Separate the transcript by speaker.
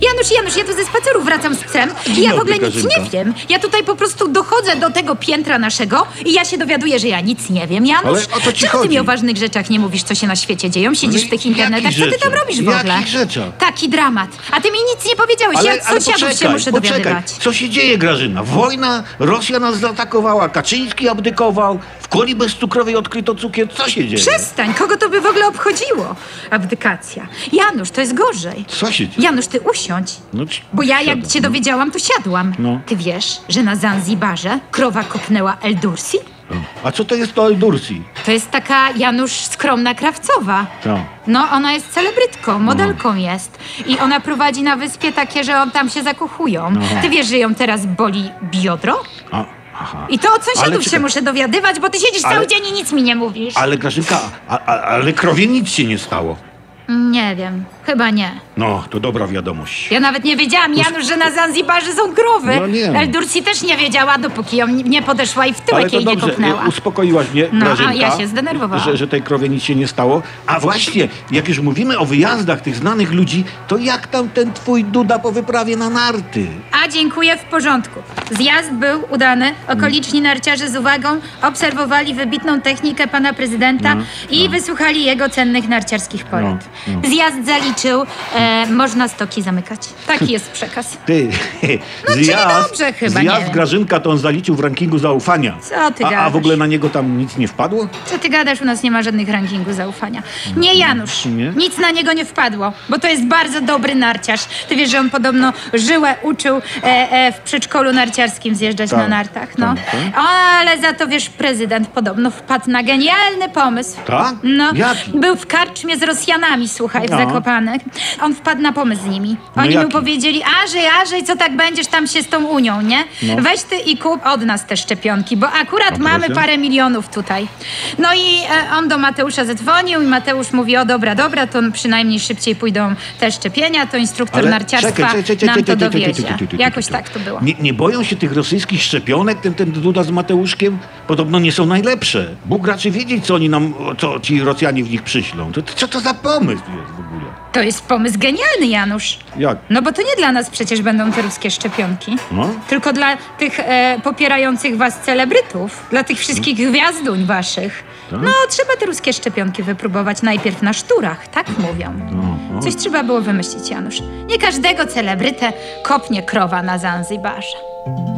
Speaker 1: Janusz, Janusz, ja tu ze spaceru wracam z psem i ja w ogóle nic
Speaker 2: Grażynka.
Speaker 1: nie wiem. Ja tutaj po prostu dochodzę do tego piętra naszego i ja się dowiaduję, że ja nic nie wiem. Janusz,
Speaker 2: Ale o co ci
Speaker 1: czemu ty
Speaker 2: chodzi?
Speaker 1: mi o ważnych rzeczach nie mówisz, co się na świecie dzieją? Siedzisz
Speaker 2: Ale
Speaker 1: w tych
Speaker 2: jakich
Speaker 1: internetach, co ty tam
Speaker 2: rzeczach?
Speaker 1: robisz w ogóle?
Speaker 2: Jakich rzeczach?
Speaker 1: Taki dramat. A ty mi nic nie powiedziałeś, ja co siadów się muszę
Speaker 2: poczekaj.
Speaker 1: dowiadywać.
Speaker 2: Co się dzieje, Grażyna? Wojna, Rosja nas zaatakowała, Kaczyński abdykował, w kuli bezcukrowej odkryto cukier. Co się dzieje?
Speaker 1: Przestań, kogo to by w ogóle obchodziło? Abdykacja. Janusz, to jest gorzej.
Speaker 2: Co się dzieje?
Speaker 1: Janusz, ty usiądź.
Speaker 2: No, ci-
Speaker 1: Bo ja jak
Speaker 2: siadam.
Speaker 1: się dowiedziałam, to siadłam.
Speaker 2: No.
Speaker 1: Ty wiesz, że na Zanzibarze krowa kopnęła Eldursi?
Speaker 2: A co to jest to Eldursi?
Speaker 1: To jest taka Janusz skromna krawcowa.
Speaker 2: Co?
Speaker 1: No, ona jest celebrytką, modelką
Speaker 2: No.
Speaker 1: jest. I ona prowadzi na wyspie takie, że on tam się zakochują.
Speaker 2: No.
Speaker 1: Ty wiesz, że ją teraz boli biodro?
Speaker 2: A, aha.
Speaker 1: I to od
Speaker 2: Ale
Speaker 1: sąsiadów się
Speaker 2: czekaj.
Speaker 1: muszę dowiadywać, bo ty siedzisz
Speaker 2: Ale-
Speaker 1: cały dzień i nic mi nie mówisz.
Speaker 2: Ale Grażynka, a, a, ale krowie nic się nie stało.
Speaker 1: Nie wiem, chyba nie.
Speaker 2: No, to dobra wiadomość.
Speaker 1: Ja nawet nie wiedziałam, Janusz, że na Zanzibarze są krowy.
Speaker 2: No nie.
Speaker 1: Eldursi też nie wiedziała, dopóki ją nie podeszła i w
Speaker 2: Ale
Speaker 1: tyłek
Speaker 2: to
Speaker 1: jej nie
Speaker 2: dobrze,
Speaker 1: kopnęła.
Speaker 2: y, uspokoiłaś mnie,
Speaker 1: No, a
Speaker 2: Grażynka,
Speaker 1: ja się zdenerwowałam.
Speaker 2: Że, że tej krowie nic się nie stało. A właśnie, jak już mówimy o wyjazdach tych znanych ludzi, to jak tam ten twój Duda po wyprawie na narty?
Speaker 1: A dziękuję, w porządku. Zjazd był udany. Okoliczni narciarze z uwagą obserwowali wybitną technikę pana prezydenta i wysłuchali jego cennych narciarskich porad. Zjazd zaliczył, e, można stoki zamykać. Taki jest przekaz.
Speaker 2: Ty, no,
Speaker 1: czyli dobrze chyba, nie
Speaker 2: zjazd
Speaker 1: wiem.
Speaker 2: Grażynka to on zaliczył w rankingu zaufania.
Speaker 1: Co ty
Speaker 2: a, a
Speaker 1: gadasz?
Speaker 2: w ogóle na niego tam nic nie wpadło?
Speaker 1: Co ty gadasz? U nas nie ma żadnych rankingu zaufania. Nie, Janusz.
Speaker 2: Nie?
Speaker 1: Nic na niego nie wpadło, bo to jest bardzo dobry narciarz. Ty wiesz, że on podobno żyłę uczył e, e, w przedszkolu narciarskim zjeżdżać
Speaker 2: Tak,
Speaker 1: na nartach. No.
Speaker 2: tak, tak.
Speaker 1: Ale za to wiesz, prezydent podobno wpadł na genialny pomysł.
Speaker 2: Tak?
Speaker 1: No,
Speaker 2: Jaki?
Speaker 1: był w karczmie z Rosjanami, słuchaj, w
Speaker 2: No.
Speaker 1: Zakopanek. On wpadł na pomysł z nimi.
Speaker 2: No
Speaker 1: Oni mu
Speaker 2: jaki?
Speaker 1: powiedzieli, Arzej, Arzej, co tak będziesz tam się z tą Unią, nie?
Speaker 2: No.
Speaker 1: Weź ty i kup od nas te szczepionki, bo akurat
Speaker 2: proszę.
Speaker 1: mamy parę milionów tutaj. No i e, on do Mateusza zadzwonił i Mateusz mówi, o dobra, dobra, to przynajmniej szybciej pójdą te szczepienia, to instruktor narciarstwa nam to dowiezie. Jakoś tak to było.
Speaker 2: Nie, nie boją się tych rosyjskich szczepionek, ten, ten Duda z Mateuszkiem? Podobno nie są najlepsze. Bóg raczy wiedzieć, co oni nam, co ci Rosjanie w nich przyślą. To, to, co to za pomysł jest w ogóle?
Speaker 1: To jest pomysł genialny, Janusz.
Speaker 2: Jak?
Speaker 1: No bo to nie dla nas przecież będą te ruskie szczepionki.
Speaker 2: No.
Speaker 1: Tylko dla tych e, popierających was celebrytów, dla tych wszystkich gwiazduń waszych. No, trzeba te ruskie szczepionki wypróbować najpierw na szturach, tak mówią. Coś trzeba było wymyślić, Janusz. Nie każdego celebrytę kopnie krowa na Zanzibarze.